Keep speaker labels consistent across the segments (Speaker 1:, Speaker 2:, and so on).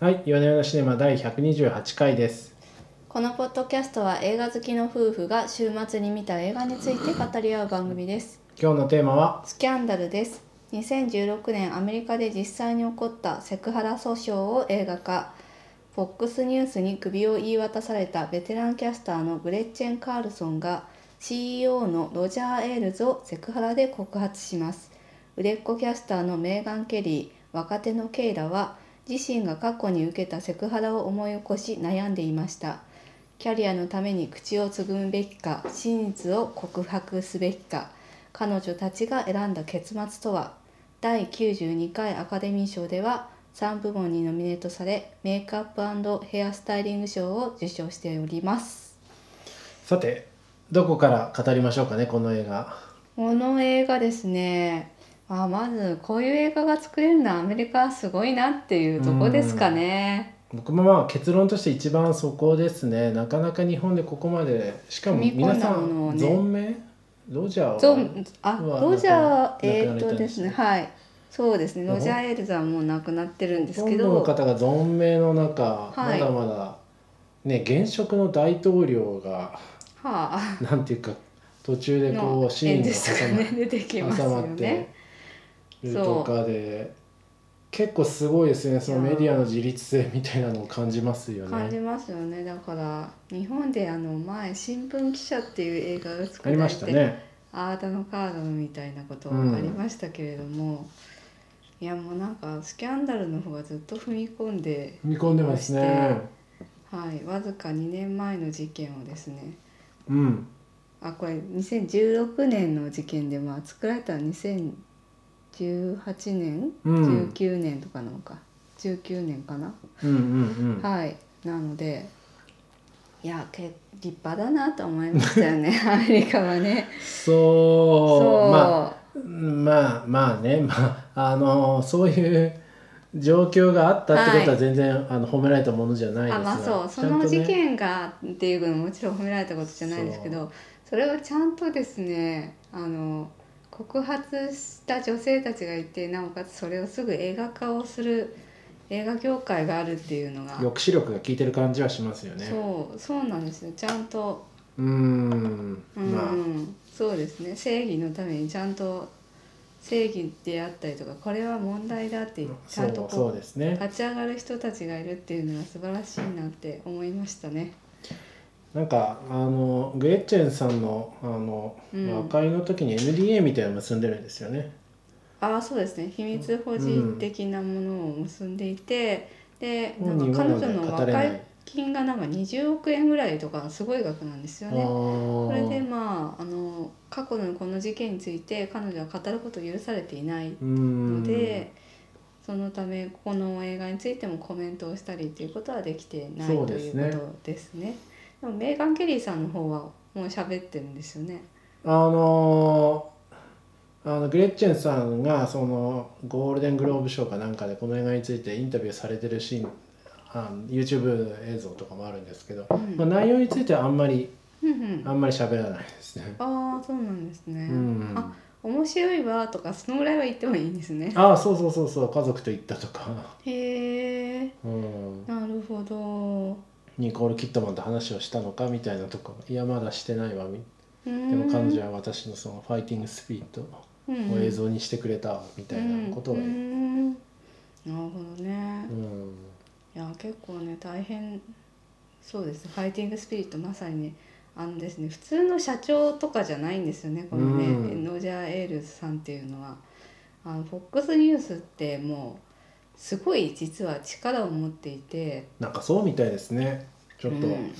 Speaker 1: はい、夜な夜なシネマ第128回です。
Speaker 2: このポッドキャストは映画好きの夫婦が週末に見た映画について語り合う番組です
Speaker 1: 今日のテーマは、
Speaker 2: スキャンダルです2016年アメリカで実際に起こったセクハラ訴訟を映画化 FOX ニュースに首を言い渡されたベテランキャスターのグレッチェン・カールソンが CEO のロジャー・エールズをセクハラで告発します売れっ子キャスターのメーガン・ケリー若手のケイラは自身が過去に受けたセクハラを思い起こし悩んでいましたキャリアのために口をつぐむべきか真実を告白すべきか彼女たちが選んだ結末とは第92回アカデミー賞では3部門にノミネートされメイクアップヘアスタイリング賞を受賞しております
Speaker 1: さて、どこから語りましょうかね、この映画。
Speaker 2: この映画ですねあまずこういう映画が作れるのはアメリカはすごいなっていうとこですかね
Speaker 1: 僕もまあ結論として一番そこですね。なかなか日本でここまで、しかも
Speaker 2: 踏み込
Speaker 1: 皆
Speaker 2: ん
Speaker 1: さ
Speaker 2: だものを
Speaker 1: ん、
Speaker 2: ね
Speaker 1: 存命ロジャー
Speaker 2: ゾ
Speaker 1: は
Speaker 2: ンあ
Speaker 1: は
Speaker 2: ロジャー
Speaker 1: 亡くな亡く
Speaker 2: え
Speaker 1: なら
Speaker 2: ーっ
Speaker 1: れた
Speaker 2: と
Speaker 1: んで
Speaker 2: ですす
Speaker 1: ね
Speaker 2: ねはいそうですね
Speaker 1: ほん
Speaker 2: ロジャー・エールズはもう亡くなってるんです
Speaker 1: ほと
Speaker 2: け
Speaker 1: んどの
Speaker 2: ど
Speaker 1: 方が存命の中、
Speaker 2: はい
Speaker 1: まだまだ、ね、現職の大統領 が、
Speaker 2: はあ
Speaker 1: なんていうか、途中でこ
Speaker 2: の
Speaker 1: う、シーン
Speaker 2: 演
Speaker 1: が
Speaker 2: 説
Speaker 1: 挟
Speaker 2: が
Speaker 1: ま
Speaker 2: ね出てきます
Speaker 1: 挟ま
Speaker 2: よ
Speaker 1: って
Speaker 2: ね。
Speaker 1: るとかで結構すごいですねそのメディアの自立性みたいなのを感じますよ
Speaker 2: 感じ
Speaker 1: ね。
Speaker 2: ますよねだから日本であの前「新聞記者」っていう映画が作
Speaker 1: あ
Speaker 2: ら
Speaker 1: りま
Speaker 2: れ
Speaker 1: した
Speaker 2: て、
Speaker 1: ね。
Speaker 2: アーダのカードみたいなことあ
Speaker 1: うん
Speaker 2: りましたけれども、いやもうなんかスキャンダルの方がずっと踏み込んで、
Speaker 1: 見込んでますね。
Speaker 2: はい、わずか2年前の事件をですね
Speaker 1: うん。
Speaker 2: あこれ2016年の事件でまあ作られたのは2018年、
Speaker 1: うん
Speaker 2: 19年とかなのか19年かな、
Speaker 1: うんうんうん。
Speaker 2: はいなのでいやけ立派だなと思いましたよね アメリカはね
Speaker 1: そう
Speaker 2: そう、
Speaker 1: まあまあまあねまああのそういう状況があったってことはい
Speaker 2: は
Speaker 1: 全然、あの褒められたものじゃないです
Speaker 2: あ
Speaker 1: が
Speaker 2: まあそうそ
Speaker 1: ちゃん
Speaker 2: の
Speaker 1: とね
Speaker 2: 事件がっていうのももちろん褒められたことじゃないですけどそれをちゃんとですねあの告発した女性たちがいてなおかつそれをすぐ映画化をする映画業界があるっていうのが、
Speaker 1: 抑止力が効いてる感じはしますよね。
Speaker 2: そうそうなんですよちゃんと、
Speaker 1: うーん。
Speaker 2: うん
Speaker 1: まあ
Speaker 2: そうですね正義のためにちゃんと正義であったりとかこれは問題だってち
Speaker 1: そ
Speaker 2: ゃんと
Speaker 1: うそう
Speaker 2: こ
Speaker 1: です
Speaker 2: う
Speaker 1: ね。
Speaker 2: 立ち上がる人たちがいるっていうのは素晴らしいなって思いましたね。
Speaker 1: なんかあのグレッチェンさんのあの、
Speaker 2: うん
Speaker 1: 和解の時に NDA みたいなの結んでるんですよね。
Speaker 2: ああそうですね秘密保持的なものを結んでいて、でな
Speaker 1: 本人
Speaker 2: んか
Speaker 1: は
Speaker 2: 彼
Speaker 1: まだ
Speaker 2: 女の
Speaker 1: 語
Speaker 2: 和
Speaker 1: れない
Speaker 2: 解金がなんか20億円ぐらいとかすごい額なんですよね。
Speaker 1: こ
Speaker 2: それでまああの過去のこの事件について彼女は語ることを許されていないので、そのためこの映画についてもコメントをしたりということはできてない
Speaker 1: そう
Speaker 2: と
Speaker 1: で
Speaker 2: い
Speaker 1: すね
Speaker 2: うことですね。でもメーガン・ケリーさんの方はもう喋ってるんですよね。
Speaker 1: あのーあのグレッチェンさんがそのゴールデングローブ賞かなんかでこの映画についてインタビューされてるシーンあの YouTube 映像とかもあるんですけど、
Speaker 2: うん
Speaker 1: まあ、内容についてはあんまり
Speaker 2: うんうん、
Speaker 1: あんまり喋らないですね。
Speaker 2: ああそうなんですね。
Speaker 1: うん
Speaker 2: あ面白いわとかそのぐらいは言ってもいいんですね。
Speaker 1: ああそうそうそうそう家族と行ったとか、
Speaker 2: へえ
Speaker 1: うん、
Speaker 2: なるほど。
Speaker 1: ニコール・キットマンと話をしたのかみたいなとかいやまだしてないわみ
Speaker 2: で
Speaker 1: でも彼女は私のそのファイティングスピリットを映像にしてくれたみたいなことを
Speaker 2: うんう
Speaker 1: 言うん
Speaker 2: なるほどね。
Speaker 1: うん
Speaker 2: いや結構ね大変そうですねファイティングスピリットまさにねあのですね普通の社長とかじゃないんですよねこのね、
Speaker 1: うん
Speaker 2: ロジャー・エールズさんっていうのはあの FOX ニュースってもうすごい実は力を持っていて
Speaker 1: なんかそうみたいですねちょっ
Speaker 2: うん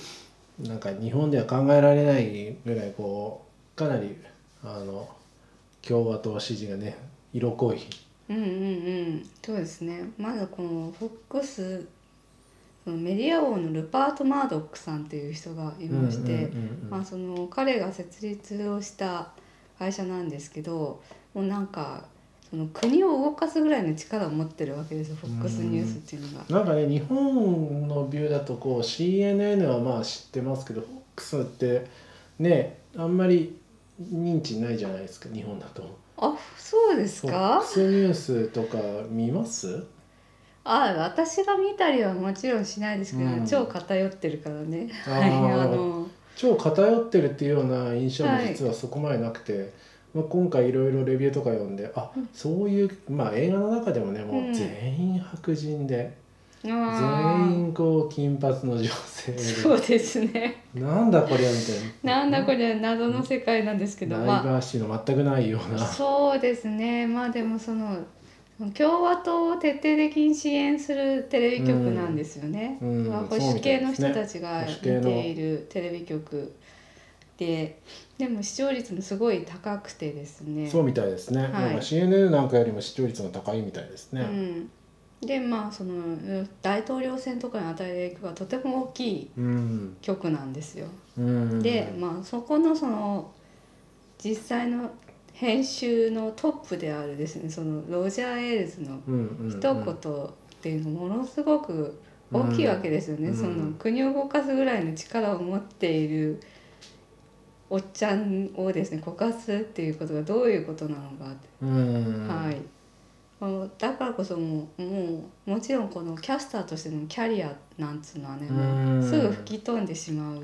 Speaker 1: となんか日本では考えられないぐらいこうかなりあの共和党支持がね色濃い
Speaker 2: うんうんうんそうですねまずこの FOX そのメディア王のルパート・マードックさんっていう人がいまして、
Speaker 1: うんうんうん
Speaker 2: まあ、その彼が設立をした会社なんですけどもうなんかその国を動かすぐらいの力を持ってるわけですよ FOX ニュースっていうのが。
Speaker 1: なんかね日本のビューだとこう CNN はまあ知ってますけど FOX ってねあんまり認知ないじゃないですか日本だと。
Speaker 2: あそうですか
Speaker 1: FOX ニュースとか見ます
Speaker 2: あ私が見たりはもちろんしないですけど、
Speaker 1: うん
Speaker 2: 超偏ってるからね
Speaker 1: あ
Speaker 2: はい
Speaker 1: ー
Speaker 2: あの
Speaker 1: 超偏ってるっていうような印象も
Speaker 2: はい
Speaker 1: 実はそこまでなくて、まあ、今回いろいろレビューとか読んであそういう、まあ、映画の中でもねもううん全員白人で、
Speaker 2: あ
Speaker 1: 全員こう金髪の女性
Speaker 2: ー
Speaker 1: で
Speaker 2: そうですね
Speaker 1: なんだこりゃみたいな
Speaker 2: なんだこれ謎の世界なんですけど、
Speaker 1: ダイ
Speaker 2: ま
Speaker 1: バーシティの全くないよう
Speaker 2: あ
Speaker 1: な
Speaker 2: そうですねまあでもその共和党を徹底的に支援するテレビ局なんですよね、
Speaker 1: うん
Speaker 2: まあ保守系の人たちが
Speaker 1: そうみたいですね保守系
Speaker 2: 見
Speaker 1: の
Speaker 2: ているテレビ局ででも視聴率もすごい高くてですね
Speaker 1: そうみたいですね、
Speaker 2: い
Speaker 1: なんか CNN なんかよりも視聴率が高いみたいですね、
Speaker 2: うん、でまあそのうん大統領選とかに与える影響がとても大きい
Speaker 1: うん
Speaker 2: 局なんですよ。
Speaker 1: うん、
Speaker 2: で、まあ、そこのその実際の編集のトップであるですねそのロジャー・エールズの
Speaker 1: うんうんうん、
Speaker 2: 一言っていうのものすごく大きいわけですよね、
Speaker 1: うん
Speaker 2: その国を動かすぐらいの力を持っているおっちゃんをですね告発するっていうことがどういうことなのかって
Speaker 1: うん、
Speaker 2: はい、あのだからこそもうもうもちろんこのキャスターとしてのキャリアなんつうのはね、もう
Speaker 1: うん
Speaker 2: すぐ吹き飛んでしまう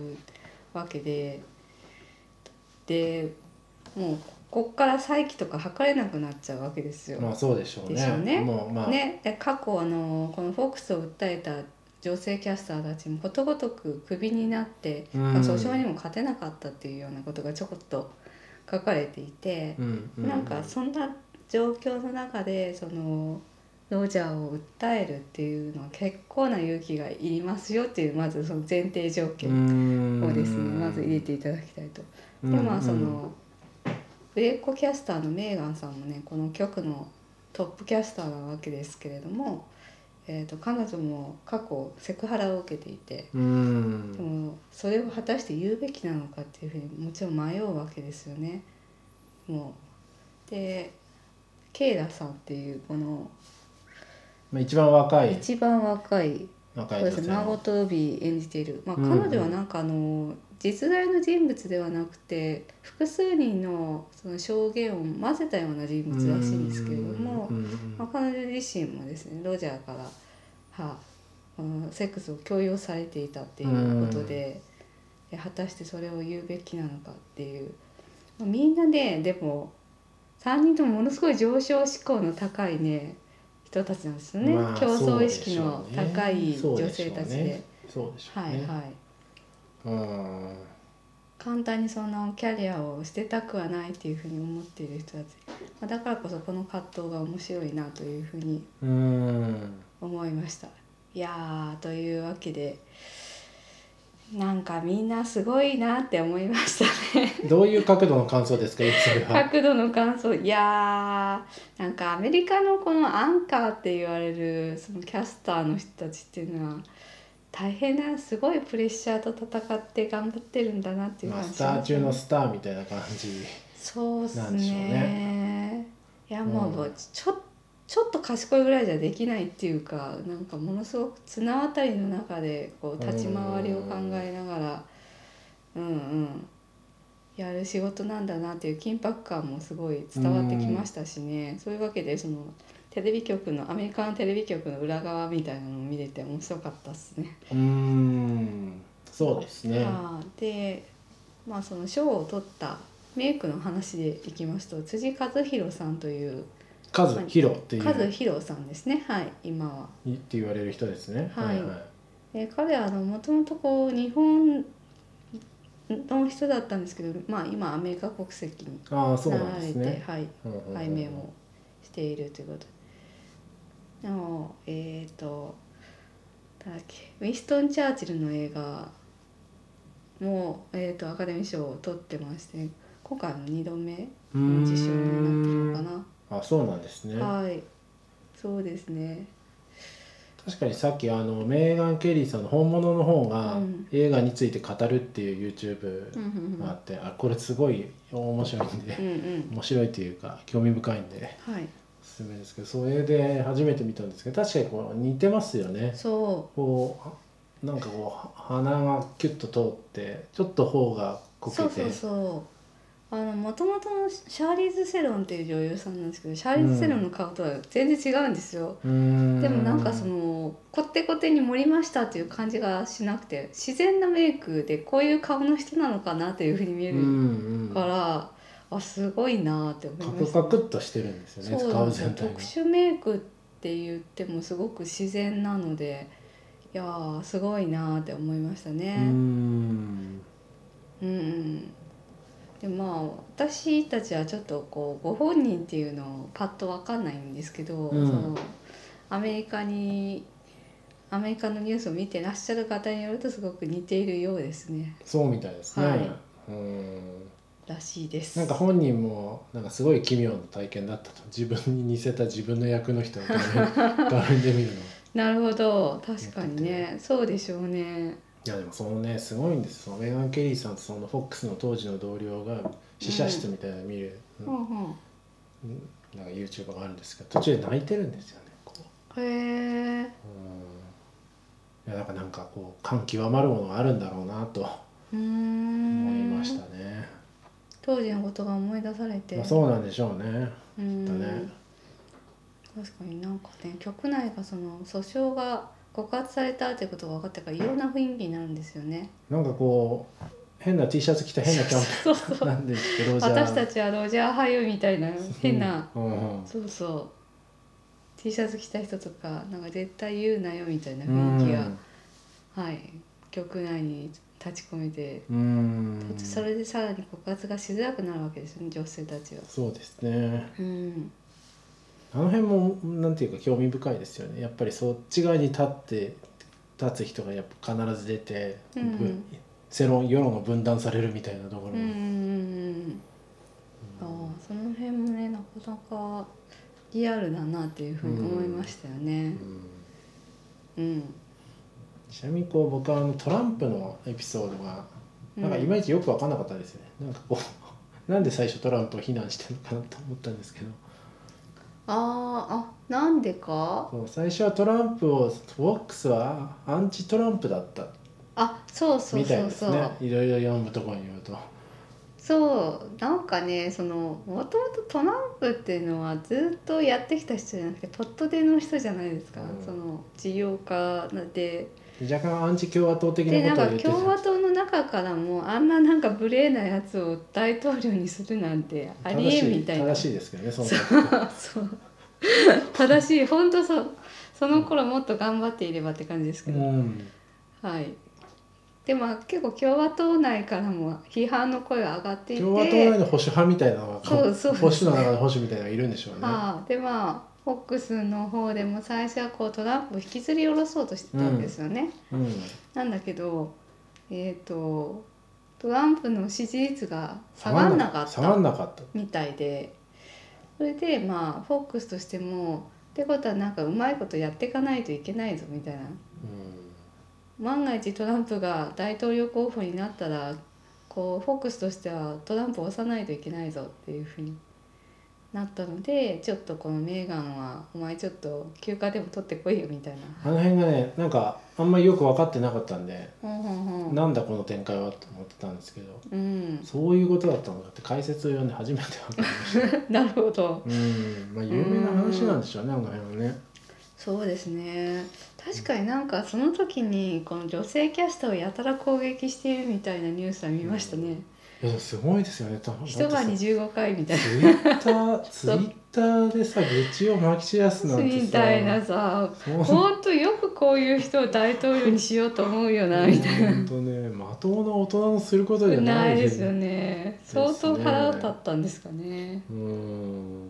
Speaker 2: わけででもうこっから再起とか測れなくなっちゃうわけですよ。
Speaker 1: まあそうでしょうね
Speaker 2: でしょうね
Speaker 1: もうまあ、
Speaker 2: ね、で過去あのこのフォックスを訴えた女性キャスターたちもことごとくクビになって、
Speaker 1: うん
Speaker 2: まあ訴訟にも勝てなかったっていうようなことがちょこっと書かれていて。
Speaker 1: うんう
Speaker 2: なんかそんな状況の中でそのロジャーを訴えるっていうのは結構な勇気がいりますよっていうまずその前提条件をですねまず入れていただきたいと。
Speaker 1: で
Speaker 2: でまあその売れっ子キャスターのメーガンさんもねこの局のトップキャスターなわけですけれども、えー、と彼女も過去セクハラを受けていて。
Speaker 1: うん
Speaker 2: でもそれを果たして言うべきなのかっていうふうにもちろん迷うわけですよね。もうでケイラさんっていうこの
Speaker 1: まあ、一番若い
Speaker 2: 一番若い、
Speaker 1: 若い
Speaker 2: そう
Speaker 1: 女
Speaker 2: です
Speaker 1: 性
Speaker 2: ね
Speaker 1: の
Speaker 2: 孫とルビー演じている、まあ、
Speaker 1: うん
Speaker 2: 彼女はなんかあの、実在の人物ではなくて複数人のその証言を混ぜたような人物らしいんですけれども
Speaker 1: うん、うんうん
Speaker 2: まあ、彼女自身もですねロジャーから、はあうんセックスを強要されていたっていうことで、で果たしてそれを言うべきなのかっていう、まあみんなねでも3人ともものすごい上昇志向の高いね人たちなんですよね、
Speaker 1: まあ
Speaker 2: 競
Speaker 1: そう
Speaker 2: 争意
Speaker 1: でし
Speaker 2: 識
Speaker 1: ょうね
Speaker 2: の高い女性たちで。
Speaker 1: そうでしょう
Speaker 2: はい
Speaker 1: ね、
Speaker 2: はい
Speaker 1: うん
Speaker 2: 簡単にそのキャリアを捨てたくはないっていうふうに思っている人たちまあだからこそこの葛藤が面白いなというふうに
Speaker 1: うん
Speaker 2: 思いましたいやーというわけでなんかみんなすごいなって思いましたね
Speaker 1: どういう角度の感想ですかそれは
Speaker 2: 角度の感想いやーなんかアメリカのこのアンカーって言われるそのキャスターの人たちっていうのは大変なすごいプレッシャーと戦って頑張ってるんだなっていう
Speaker 1: まあ
Speaker 2: 感じ
Speaker 1: スター中のスターみたいな感じ
Speaker 2: そうです
Speaker 1: なんでしょう
Speaker 2: ね。いやもう、
Speaker 1: うん
Speaker 2: ちょちょっと賢いぐらいじゃできないっていうかなんかものすごく綱渡りの中でこう立ち回りを考えながらうんうんやる仕事なんだなっていう緊迫感もすごい伝わってきましたしね、そういうわけでそのテレビ局のアメリカのテレビ局の裏側みたいなのを見れて面白かったですね。
Speaker 1: うんそうですね
Speaker 2: あーで、まあ、その賞を取ったメイクの話でいきますと辻和弘さんという
Speaker 1: カズヒロってい
Speaker 2: 和
Speaker 1: う
Speaker 2: 弘さんですねはい今は。
Speaker 1: いって言われる人ですね
Speaker 2: はい
Speaker 1: はい
Speaker 2: で彼はもともとこう日本の人だったんですけど、まあ、今アメリカ国籍に
Speaker 1: ああそう
Speaker 2: な
Speaker 1: なん
Speaker 2: ら
Speaker 1: で
Speaker 2: れ
Speaker 1: す
Speaker 2: て、
Speaker 1: ね
Speaker 2: はい、解明もしているということでもえっ、となんだっけウィンストン・チャーチルの映画も、えー、とアカデミー賞を取ってまして今回も2度目の受賞になってるのか
Speaker 1: あそうなんですね
Speaker 2: なはいそうですね
Speaker 1: 確かにさっきあのメーガン・ケリーさんの本物の方が
Speaker 2: うん
Speaker 1: 映画について語るっていう YouTube
Speaker 2: うんうんうん
Speaker 1: があって、あこれすごい面白いんで
Speaker 2: う、んうん
Speaker 1: 面白いというか興味深いんで
Speaker 2: はい
Speaker 1: おすすめですけどそれで初めて見たんですけど確かにこう似てますよね
Speaker 2: そ
Speaker 1: こうなんかこうは鼻がキュッと通ってちょっと頬が
Speaker 2: う
Speaker 1: こけ
Speaker 2: そう
Speaker 1: て
Speaker 2: そうそうあのもともとのシャーリーズ・セロンっていう女優さんなんですけどシャーリーズ・セロンの顔とは全然違うんですよ、
Speaker 1: うん
Speaker 2: でもなんかそのこってこてに盛りましたっていう感じがしなくて自然なメイクでこういう顔の人なのかなというふうに見え
Speaker 1: う
Speaker 2: る
Speaker 1: んうん
Speaker 2: か
Speaker 1: カ
Speaker 2: ら、あすごいなって思いま
Speaker 1: ク
Speaker 2: し
Speaker 1: カ
Speaker 2: た
Speaker 1: クっとしてるんですよね
Speaker 2: そう
Speaker 1: 使
Speaker 2: なん
Speaker 1: う
Speaker 2: ですよ
Speaker 1: 全体
Speaker 2: 特殊メイクって言ってもすごく自然なのでいやーすごいなって思いましたね。
Speaker 1: がうん
Speaker 2: うんうんでまあ私たちはちょっとこうご本人っていうのをパッと分かんないんですけど、
Speaker 1: うん
Speaker 2: そのアメリカにアメリカのニュースを見てらっしゃる方によるとすごく似ているようですね
Speaker 1: そうみたいですね、
Speaker 2: はい
Speaker 1: うん
Speaker 2: らしいです。
Speaker 1: なんか本人もなんかすごい奇妙な体験だったと自分に似せた自分の役の人を画 面画面で見るのい
Speaker 2: なるほど確かにねそうでしょうね。
Speaker 1: やでもそのねすごいんですそのメーガン・ケリーさんとそのフォックスの当時の同僚が試写室みたいなの見る、
Speaker 2: う
Speaker 1: うん
Speaker 2: んうん
Speaker 1: なんか YouTuber があるんですけど途中で泣いてるんですよねこう
Speaker 2: へえ。
Speaker 1: うんいやなんかなんかこう感極まるものがあるんだろうなと
Speaker 2: うー
Speaker 1: 思い
Speaker 2: ん
Speaker 1: ましたね、
Speaker 2: 当時のことが思い出されて、
Speaker 1: まあ、そうなんでしょうね
Speaker 2: う
Speaker 1: きっとね、
Speaker 2: ん確かになんかね局内がその訴訟が告発されたっていうことが分かったからいろんな雰囲気になるんですよね。
Speaker 1: なんかこう変な T シャツ着た変なキャンペ
Speaker 2: そうそ
Speaker 1: ーン
Speaker 2: う
Speaker 1: なんですけどじゃあ
Speaker 2: 私たちはロジャー俳優みたいな変な、
Speaker 1: うんうん
Speaker 2: そうそう T シャツ着た人とかなんか絶対言うなよみたいな雰囲気が、はい局内に立ち込めて、
Speaker 1: うんうん
Speaker 2: それでさらに告発がしづらくなるわけですよね女性たちは。
Speaker 1: そうですね
Speaker 2: うん
Speaker 1: あの辺もなんていうか興味深いですよねやっぱりそっち側に立って立つ人がやっぱ必ず出て、
Speaker 2: うん
Speaker 1: ぶ世論世論が分断されるみたいなところ
Speaker 2: うんう
Speaker 1: も、
Speaker 2: んうんうん、ああその辺もねなかなかリアルだなっていうふうに思いましたよね。
Speaker 1: うん
Speaker 2: うん、
Speaker 1: ちなみにこう僕はあのトランプのエピソードがなんかいまいちよく分かんなかったですよね、なんかこう なんで最初トランプを非難してるのかなと思ったんですけど
Speaker 2: あああなんでか
Speaker 1: こう最初はトランプをフォックスはアンチトランプだった
Speaker 2: あそうそう
Speaker 1: みたい
Speaker 2: そう
Speaker 1: です
Speaker 2: そう、
Speaker 1: ねいろいろ読むところによると
Speaker 2: そうなんかねそのもともとトランプっていうのはずっとやってきた人じゃなくてポットでの人じゃないですか、
Speaker 1: うん
Speaker 2: その事業家で
Speaker 1: 若干アンチ共和党的
Speaker 2: で
Speaker 1: な
Speaker 2: なん
Speaker 1: ことを
Speaker 2: か
Speaker 1: 言って
Speaker 2: 共和党の中からもあんななんか無礼なやつを大統領にするなんてありえんみたいな
Speaker 1: 正しい正しいですけどねその
Speaker 2: そう正しい本当そうその頃もっと頑張っていればって感じですけど、
Speaker 1: うん
Speaker 2: はいでも結構共和党内からも批判の声が上がっていて
Speaker 1: 共和党内の保守派みたいなのが
Speaker 2: そうそうです
Speaker 1: 保守の中で保守みたいなのがいるんでしょうね、
Speaker 2: はあ、でまあフォックスの方でも最初はこうトランプを引きずり下ろそうとしてたんですよね、
Speaker 1: うん
Speaker 2: なんだけどえっ、とトランプの支持率が下がんなかっ
Speaker 1: 下が
Speaker 2: た
Speaker 1: んなかった
Speaker 2: みたいでそれでまあフォックスとしてもってことはなんかうまいことやっていかないといけないぞみたいな
Speaker 1: うん
Speaker 2: 万が一トランプが大統領候補になったらこうフォックスとしてはトランプを押さないといけないぞっていうふうになったのでちょっとこのメーガンはお前ちょっと休暇でも取ってこいよみたいな。
Speaker 1: あの辺がねなんかあんまりよく分かってなかったんで、
Speaker 2: ほんほんほん
Speaker 1: なんだこの展開はと思ってたんですけど
Speaker 2: うん、
Speaker 1: そういうことだったのかって解説を読んで初めて分かりました
Speaker 2: なるほど
Speaker 1: うんまあ有名な話なんでしょうねあの辺はね
Speaker 2: そうですね確かになんかその時にこの女性キャスターをやたら攻撃しているみたいなニュースは見ましたね、
Speaker 1: いやでもすごいですよねた
Speaker 2: 一晩に15回みたいな
Speaker 1: ツイッターツイッターでさ愚痴をまき散らすなんてさ
Speaker 2: みたいなさ
Speaker 1: そう
Speaker 2: 本当よくこういう人を大統領にしようと思うよなみたい
Speaker 1: 本当ねまともな大人のすることじゃ
Speaker 2: な。
Speaker 1: な
Speaker 2: ないいですよね。相当腹立ったんですかね。
Speaker 1: うん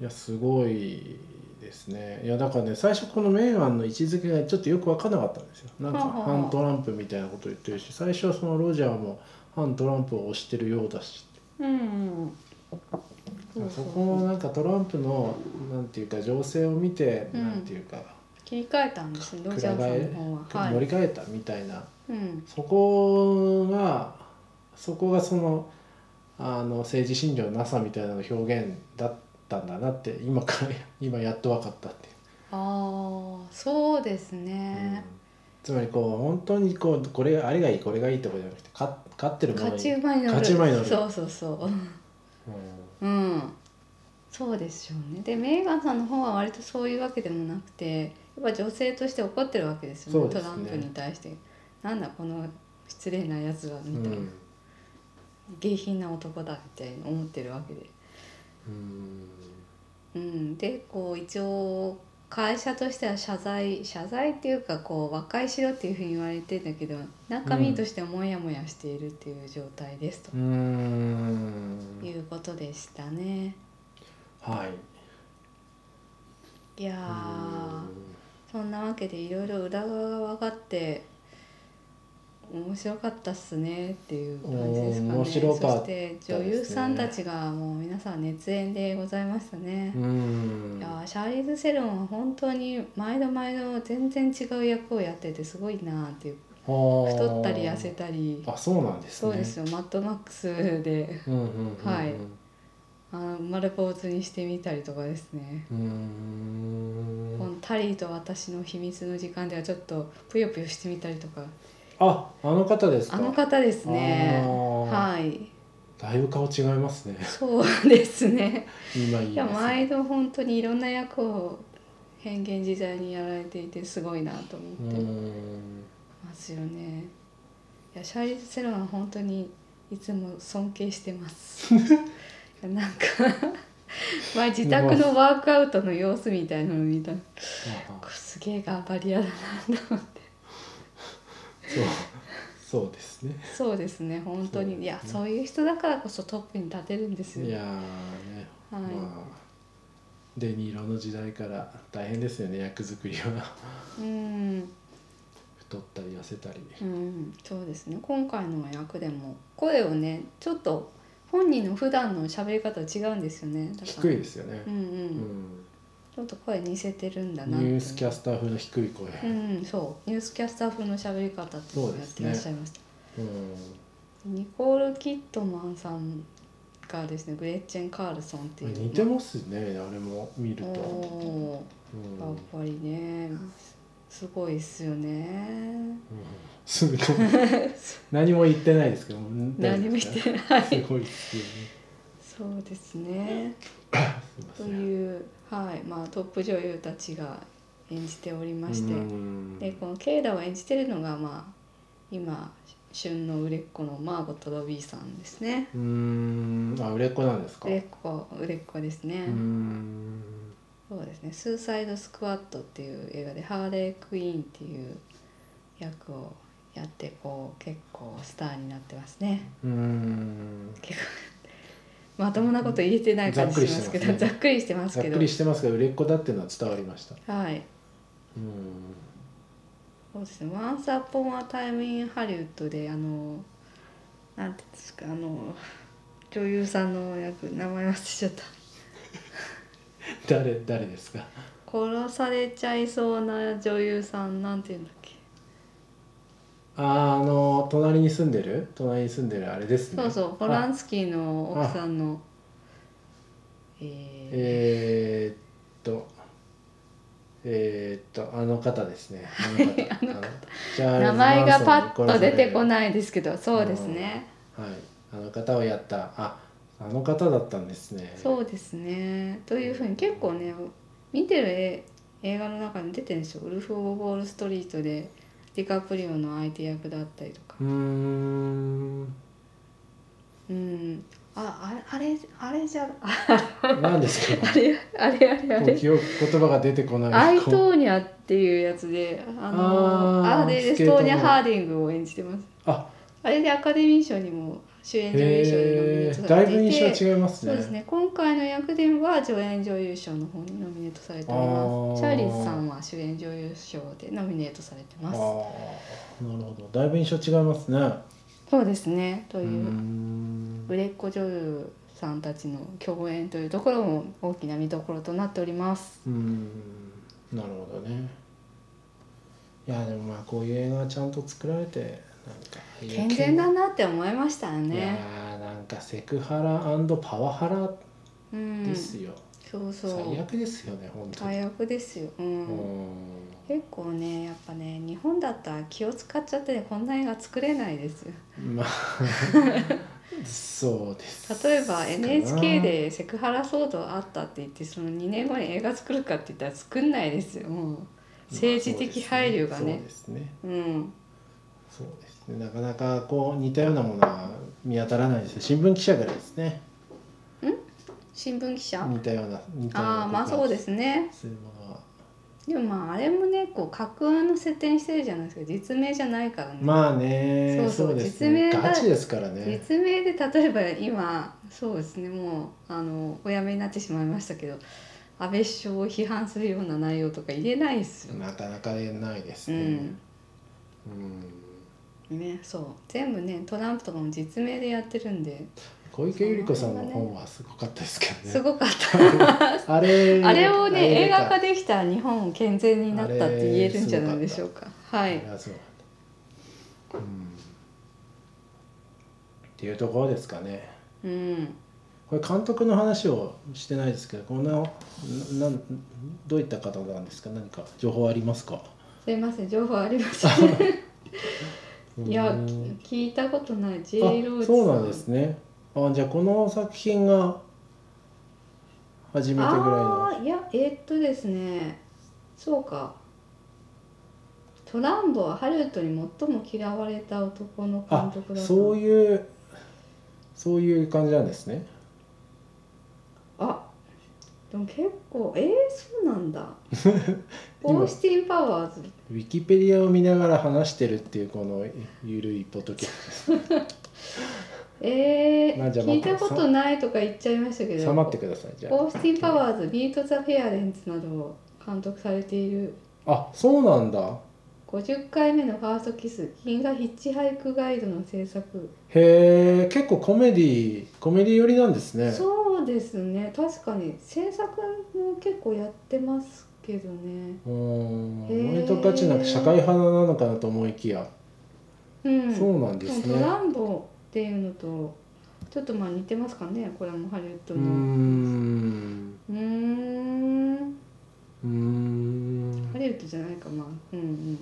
Speaker 1: いやすごいですねいやだからね最初このメーガンの位置づけがちょっとよく分からなかったんですよなんか
Speaker 2: はあはあ
Speaker 1: 反トランプみたいなこと言ってるし最初はそのロジャーも反トランプを推してるようだし
Speaker 2: うん。
Speaker 1: そ
Speaker 2: そうそう
Speaker 1: こもなんかトランプのなんていうか情勢を見て、
Speaker 2: うん
Speaker 1: なんていうか
Speaker 2: 切り替えたんですね。ロジャーさんの方は。は
Speaker 1: 乗り
Speaker 2: い。
Speaker 1: 換えたみたいな、
Speaker 2: うん。
Speaker 1: そこがそこがそのあの政治信条のなさみたいなの表現だったんだなって 今から今やっと分かったっていう。
Speaker 2: ああ、そうです
Speaker 1: うん
Speaker 2: ね。
Speaker 1: つまりこう本当にこうこれあれがいいこれがいいとかじゃなくて勝勝ってるものがいい
Speaker 2: 勝ち馬に乗る
Speaker 1: 勝ち馬に乗る
Speaker 2: そうそうそう
Speaker 1: う
Speaker 2: うんそうでしょうねでメーガンさんの方は割とそういうわけでもなくてやっぱ女性として怒ってるわけですよ
Speaker 1: そう
Speaker 2: ね
Speaker 1: ですね
Speaker 2: トランプに対してなんだこの失礼なやつはみ
Speaker 1: ん
Speaker 2: たいな、
Speaker 1: うん
Speaker 2: 下品な男だみたいな思ってるわけで
Speaker 1: うん
Speaker 2: うん、でこう一応会社としては謝罪謝罪っていうかこう和解しろっていうふうに言われてんだけど中身としてはモヤモヤしているっていう状態ですと
Speaker 1: うーん
Speaker 2: いうことでしたね。
Speaker 1: はい
Speaker 2: いやーそんなわけでいろいろ裏側が分かって面白かったっすねっていう感じですかね。
Speaker 1: おー面白かった
Speaker 2: そして女優さんたちがもう皆さん熱演でございましたね。
Speaker 1: うーん
Speaker 2: いやーシャーリーズ・セロンは本当に毎度毎度全然違う役をやっててすごいなーっていう太
Speaker 1: 太
Speaker 2: ったり痩せたり
Speaker 1: あそうなんですね
Speaker 2: そうですよマッドマックスで
Speaker 1: うんうんうんうん
Speaker 2: はいうあの丸ポーズにしてみたりとかですね、
Speaker 1: ーん
Speaker 2: このタリーと私の秘密の時間ではちょっとぷよぷよしてみたりとか
Speaker 1: ああの方ですか
Speaker 2: あの方ですね
Speaker 1: あー
Speaker 2: はい
Speaker 1: だいぶ顔違います ね
Speaker 2: そうですね
Speaker 1: 今言い
Speaker 2: いや
Speaker 1: ますね
Speaker 2: 毎度本当にいろんな役を変幻自在にやられていてすごいなと思って。
Speaker 1: うーん
Speaker 2: ますよね。いやシャーリーズ・セロンは本当にいつも尊敬してます。いやなんか まあ自宅のワークアウトの様子みたいなの見たら
Speaker 1: ああ
Speaker 2: すげえ頑張り屋だなと思って
Speaker 1: そうそうですね
Speaker 2: そうですね本当に、いや
Speaker 1: そう
Speaker 2: そういう人だからこそトップに立てるんですよ
Speaker 1: いやーね、
Speaker 2: はい
Speaker 1: まあデニーロの時代から大変ですよね役作りは
Speaker 2: うん、
Speaker 1: 太ったり痩せたり
Speaker 2: うん、そうですね今回の役でも声をねちょっと本人の普段の喋り方と違うんですよねだから
Speaker 1: 低いですよね
Speaker 2: う、んうん、
Speaker 1: うん
Speaker 2: ちょっと声似せてるんだなって
Speaker 1: ニュースキャスター風の低い声、
Speaker 2: うん、そうニュースキャスター風の喋り方っていうのをやってらっしゃいました、
Speaker 1: うん
Speaker 2: ニコール・キットマンさんがですねグレッチェン・カールソンっていう
Speaker 1: 似てますねあれも見る
Speaker 2: お
Speaker 1: と、
Speaker 2: お
Speaker 1: うん
Speaker 2: ーやっぱりねすごいっすよね
Speaker 1: うんすごい 何も言ってないですけど
Speaker 2: 何もして
Speaker 1: ない
Speaker 2: ない
Speaker 1: すごいですよね
Speaker 2: そうですね
Speaker 1: すいませ
Speaker 2: と
Speaker 1: ん
Speaker 2: いうはいまあトップ女優たちが演じておりまして、
Speaker 1: うん
Speaker 2: でこのケイラを演じてるのがまあ今旬の売れっ子のマーゴット・ロビーさんですね
Speaker 1: うんあ売れっ子なんですか
Speaker 2: 売れっ子売れっ子ですね、
Speaker 1: うん
Speaker 2: そうですね「スーサイド・スクワット」っていう映画でハーレー・クイーンっていう役をやってこう結構スターになってますね
Speaker 1: うん
Speaker 2: 結構まともなこと言えてない感じしますけど
Speaker 1: ざ
Speaker 2: ざ
Speaker 1: っ
Speaker 2: っくりしてます
Speaker 1: ざっ
Speaker 2: けど
Speaker 1: くりしてますが売れっ子だっていうのは伝わりました
Speaker 2: はい
Speaker 1: うん
Speaker 2: そうですね「ワンサポン・ア・タイム・イン・ハリウッドで」あのなんていうんですかあの女優さんの役名前忘れちゃった
Speaker 1: 誰誰ですか
Speaker 2: 殺されちゃいそうな女優さんなんていうんだっけ
Speaker 1: あーあの隣に住んでる隣に住んでるあれですね
Speaker 2: そうそう、ホラ
Speaker 1: あ
Speaker 2: ンスキーの奥さんの。え
Speaker 1: えー、っとえー、っとあの方ですねあ の方あのチャー
Speaker 2: ー
Speaker 1: ル
Speaker 2: 名
Speaker 1: ズ
Speaker 2: 前がパ
Speaker 1: マン
Speaker 2: ッ
Speaker 1: ソンに
Speaker 2: と
Speaker 1: 殺され
Speaker 2: 出
Speaker 1: る
Speaker 2: てこないですけど、そうですね。
Speaker 1: はいあの方をやったああの方だったんですね
Speaker 2: そうですね。というふうに、結構ね、見てる絵映画の中に出てるんですよ。ウルフ・オブ・ウォール・ストリートで。ディカプリオの相手役だったりとか。
Speaker 1: うーん
Speaker 2: うん。あ、あれ、あれ、あ れじゃ、あ
Speaker 1: 何です か
Speaker 2: あれ、あれ、あれ、あ
Speaker 1: こう
Speaker 2: れ。
Speaker 1: 記憶言葉が出てこない
Speaker 2: アイ
Speaker 1: こう
Speaker 2: トーニャっていうやつで、あの、
Speaker 1: あー
Speaker 2: アーデル・
Speaker 1: スケ
Speaker 2: ス
Speaker 1: ートの
Speaker 2: トーニャ・ハーディングを演じてます。
Speaker 1: あ
Speaker 2: あれでアカデミー賞にも主演女優賞にノミネ
Speaker 1: へ
Speaker 2: ー
Speaker 1: え
Speaker 2: トさ
Speaker 1: だ
Speaker 2: れ
Speaker 1: い
Speaker 2: て
Speaker 1: ぶ
Speaker 2: いて
Speaker 1: 印象違います
Speaker 2: そう
Speaker 1: ね
Speaker 2: ですね今回の役では助演女優賞の方にノミネートされており
Speaker 1: あ
Speaker 2: ま
Speaker 1: ー
Speaker 2: すチャーリーズさんは主演女優賞でノミネートされて
Speaker 1: ああ
Speaker 2: ま
Speaker 1: な
Speaker 2: す
Speaker 1: るほどだいぶ印象違いますね
Speaker 2: そうですねと
Speaker 1: うー
Speaker 2: いうん売れっ子女優さんたちの共演というところも大きな見どころとなっております
Speaker 1: うーんなるほどねいやでもまあこういう映画はちゃんと作られてなんかいや
Speaker 2: 健全だなって思いましたよ
Speaker 1: いや
Speaker 2: ね
Speaker 1: ーなんかセクハラパワハラ
Speaker 2: うん
Speaker 1: ですよ、
Speaker 2: そうそう
Speaker 1: 最悪ですよね本当に
Speaker 2: 最悪ですよう
Speaker 1: うんん
Speaker 2: 結構ねやっぱね日本だったら気を使っちゃってねこんな映画作れないですよ
Speaker 1: まあそうです
Speaker 2: 例えば NHK
Speaker 1: かな
Speaker 2: でセクハラ騒動あったって言ってその2年後に映画作るかって言ったら作んないですよもう政治的配慮がね
Speaker 1: そうですね
Speaker 2: うん
Speaker 1: そうですねなかなかこう似たようなものは見当たらないですね新聞記者ぐらいですね
Speaker 2: 新聞記者、
Speaker 1: 似たような似たような
Speaker 2: ああまあそうですね
Speaker 1: そういうものは
Speaker 2: でもまああれもねこう架空の設定にしてるじゃないですか実名じゃないからね、
Speaker 1: まあね
Speaker 2: そ
Speaker 1: そうう
Speaker 2: そう
Speaker 1: です
Speaker 2: 実名
Speaker 1: ね
Speaker 2: が
Speaker 1: ガチですからね
Speaker 2: 実名で例えば今そうですねもうあのお辞めになってしまいましたけど安倍首相を批判するような内容とか入れないですよね
Speaker 1: なかなか言えないです
Speaker 2: う
Speaker 1: ね
Speaker 2: ん
Speaker 1: うん
Speaker 2: ねそう全部ねトランプとかも実名でやってるんで
Speaker 1: 小池百合子さんの本はすごかったですけ
Speaker 2: す
Speaker 1: どね
Speaker 2: ごかっ
Speaker 1: あれ
Speaker 2: たあれをね映
Speaker 1: あ
Speaker 2: 画
Speaker 1: れ
Speaker 2: 化できたら日本健全になったって言えるんじゃないでしょうかは
Speaker 1: あ
Speaker 2: い
Speaker 1: れはそうなんだうんっていうところですかね
Speaker 2: うん
Speaker 1: これ監督の話をしてないですけどこんなななんどういった方なんですか何か情報ありますか
Speaker 2: すいません情報ありませんい や
Speaker 1: うん
Speaker 2: き聞いたことない
Speaker 1: あ
Speaker 2: J ローチさん
Speaker 1: そうなんですねあじゃあこの作品が初めてぐらい
Speaker 2: あ
Speaker 1: の
Speaker 2: あーいやえーっとですねそうかトランボはハリウッドに最も嫌われた男の監
Speaker 1: あ
Speaker 2: 督だった
Speaker 1: そういうそういう感じなんですね
Speaker 2: あでも結構えー、そうな んだ
Speaker 1: 今
Speaker 2: オースティン・パワーズ
Speaker 1: ウィキペディアを見ながら話してるっていうこのゆるいポッドキャス
Speaker 2: え
Speaker 1: なんじ
Speaker 2: ー、
Speaker 1: ゃまた
Speaker 2: 聞いたことないとか言っちゃいましたけ
Speaker 1: ト
Speaker 2: ど
Speaker 1: さまってくださいじゃ
Speaker 2: オースティン・パワーズビート・ザ・フェアレンツなどを監督されている
Speaker 1: ああそうなんだ
Speaker 2: 50回目のファーストキス銀河ヒッチハイクガイドの制作
Speaker 1: へえ結構コメディコメディ寄りなんですね
Speaker 2: そうですね確かに制作も結構やってますけどね
Speaker 1: うーん
Speaker 2: へえ
Speaker 1: 割とガチな社会派なのかなと思いきや、
Speaker 2: うん
Speaker 1: そうなんです
Speaker 2: でも
Speaker 1: ね
Speaker 2: トランボっていうのとちょっとまあ似てますかねこれもハリウッ
Speaker 1: う
Speaker 2: ド
Speaker 1: ー
Speaker 2: のうんーん
Speaker 1: うーん
Speaker 2: ハリウッドじゃないかまあうんうん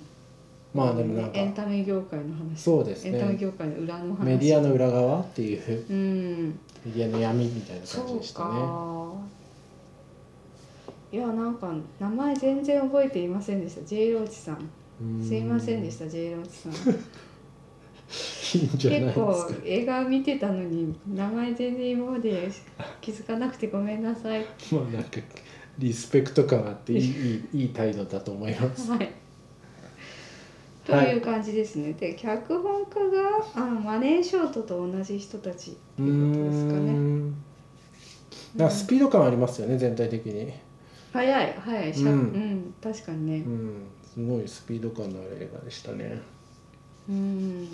Speaker 1: まあでもなんか
Speaker 2: エンタメ業界の話
Speaker 1: そうです
Speaker 2: エンタメ
Speaker 1: ね
Speaker 2: 業界の裏の話
Speaker 1: メディアの裏側っていう
Speaker 2: うん
Speaker 1: メディアの闇みたいな
Speaker 2: そ
Speaker 1: 感じでし
Speaker 2: う
Speaker 1: たね
Speaker 2: かいやなんか名前全然覚えていませんでした J ローチさんすいませんでした J ローチ さん
Speaker 1: たいいんじゃないで
Speaker 2: 結
Speaker 1: すか
Speaker 2: 構映画見てたのに名前全然今まで気づかなくてごめんな さい。
Speaker 1: まあなんかリスペクト感あっていいいいいい態度だと思います
Speaker 2: はい。という感じですね。で脚本家があマネーショートと同じ人たちって
Speaker 1: うー
Speaker 2: いうことですかね。
Speaker 1: んなんかスピード感ありますよね全体的に
Speaker 2: 早い早いしゃ、う
Speaker 1: うんん
Speaker 2: 確かにね
Speaker 1: う。んすごいスピード感のある映画でしたね
Speaker 2: うん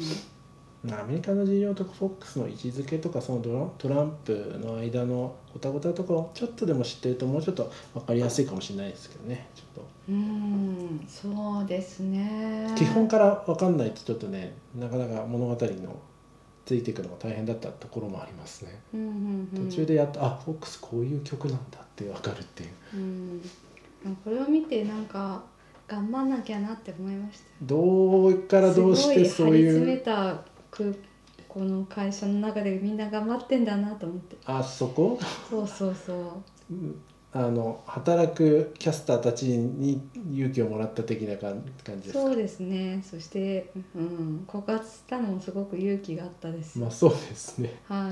Speaker 1: アメリカの事情とフォックスの位置づけとかそのドラトランプの間のごたごたとかをちょっとでも知ってるともうちょっと分かりやすいかもしれないですけどねちょっ
Speaker 2: うんそうですね
Speaker 1: と。基本から分かんないとちょっとねなかなか物語のついていくのが大変だったところもありますね
Speaker 2: うんうんうん
Speaker 1: 途中でやった、あフォックスこういう曲なんだって分かるっていう
Speaker 2: うんこれを見てなんか頑張んなきゃなって思いました。
Speaker 1: どうからどうして
Speaker 2: す
Speaker 1: そ
Speaker 2: ご
Speaker 1: う
Speaker 2: い張り
Speaker 1: い
Speaker 2: 詰め
Speaker 1: う
Speaker 2: たくこの会社の中でみんな頑張ってんだなと思って
Speaker 1: あそこ
Speaker 2: そうそうそ
Speaker 1: う
Speaker 2: う
Speaker 1: んあの働くキャスターたちに勇気をもらった的な感感じですか
Speaker 2: そうですねそして、うん、告発したのもすごく勇気があったです、
Speaker 1: まあそうですね
Speaker 2: は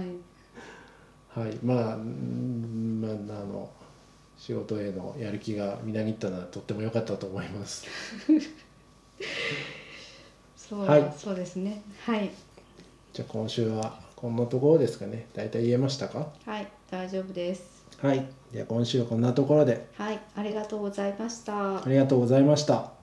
Speaker 2: い
Speaker 1: はい、まあ、うんまあ、あの。仕事へのやる気がみなぎったのはとっても良かったと思います。
Speaker 2: そう,、
Speaker 1: はい
Speaker 2: そうですねはい
Speaker 1: じゃあ、今週はこんなところですかね。だいたい言えましたか。
Speaker 2: はい大丈夫です
Speaker 1: はい、じゃあ、今週はこんなところで、
Speaker 2: はいありがとうございました
Speaker 1: ありがとうございました。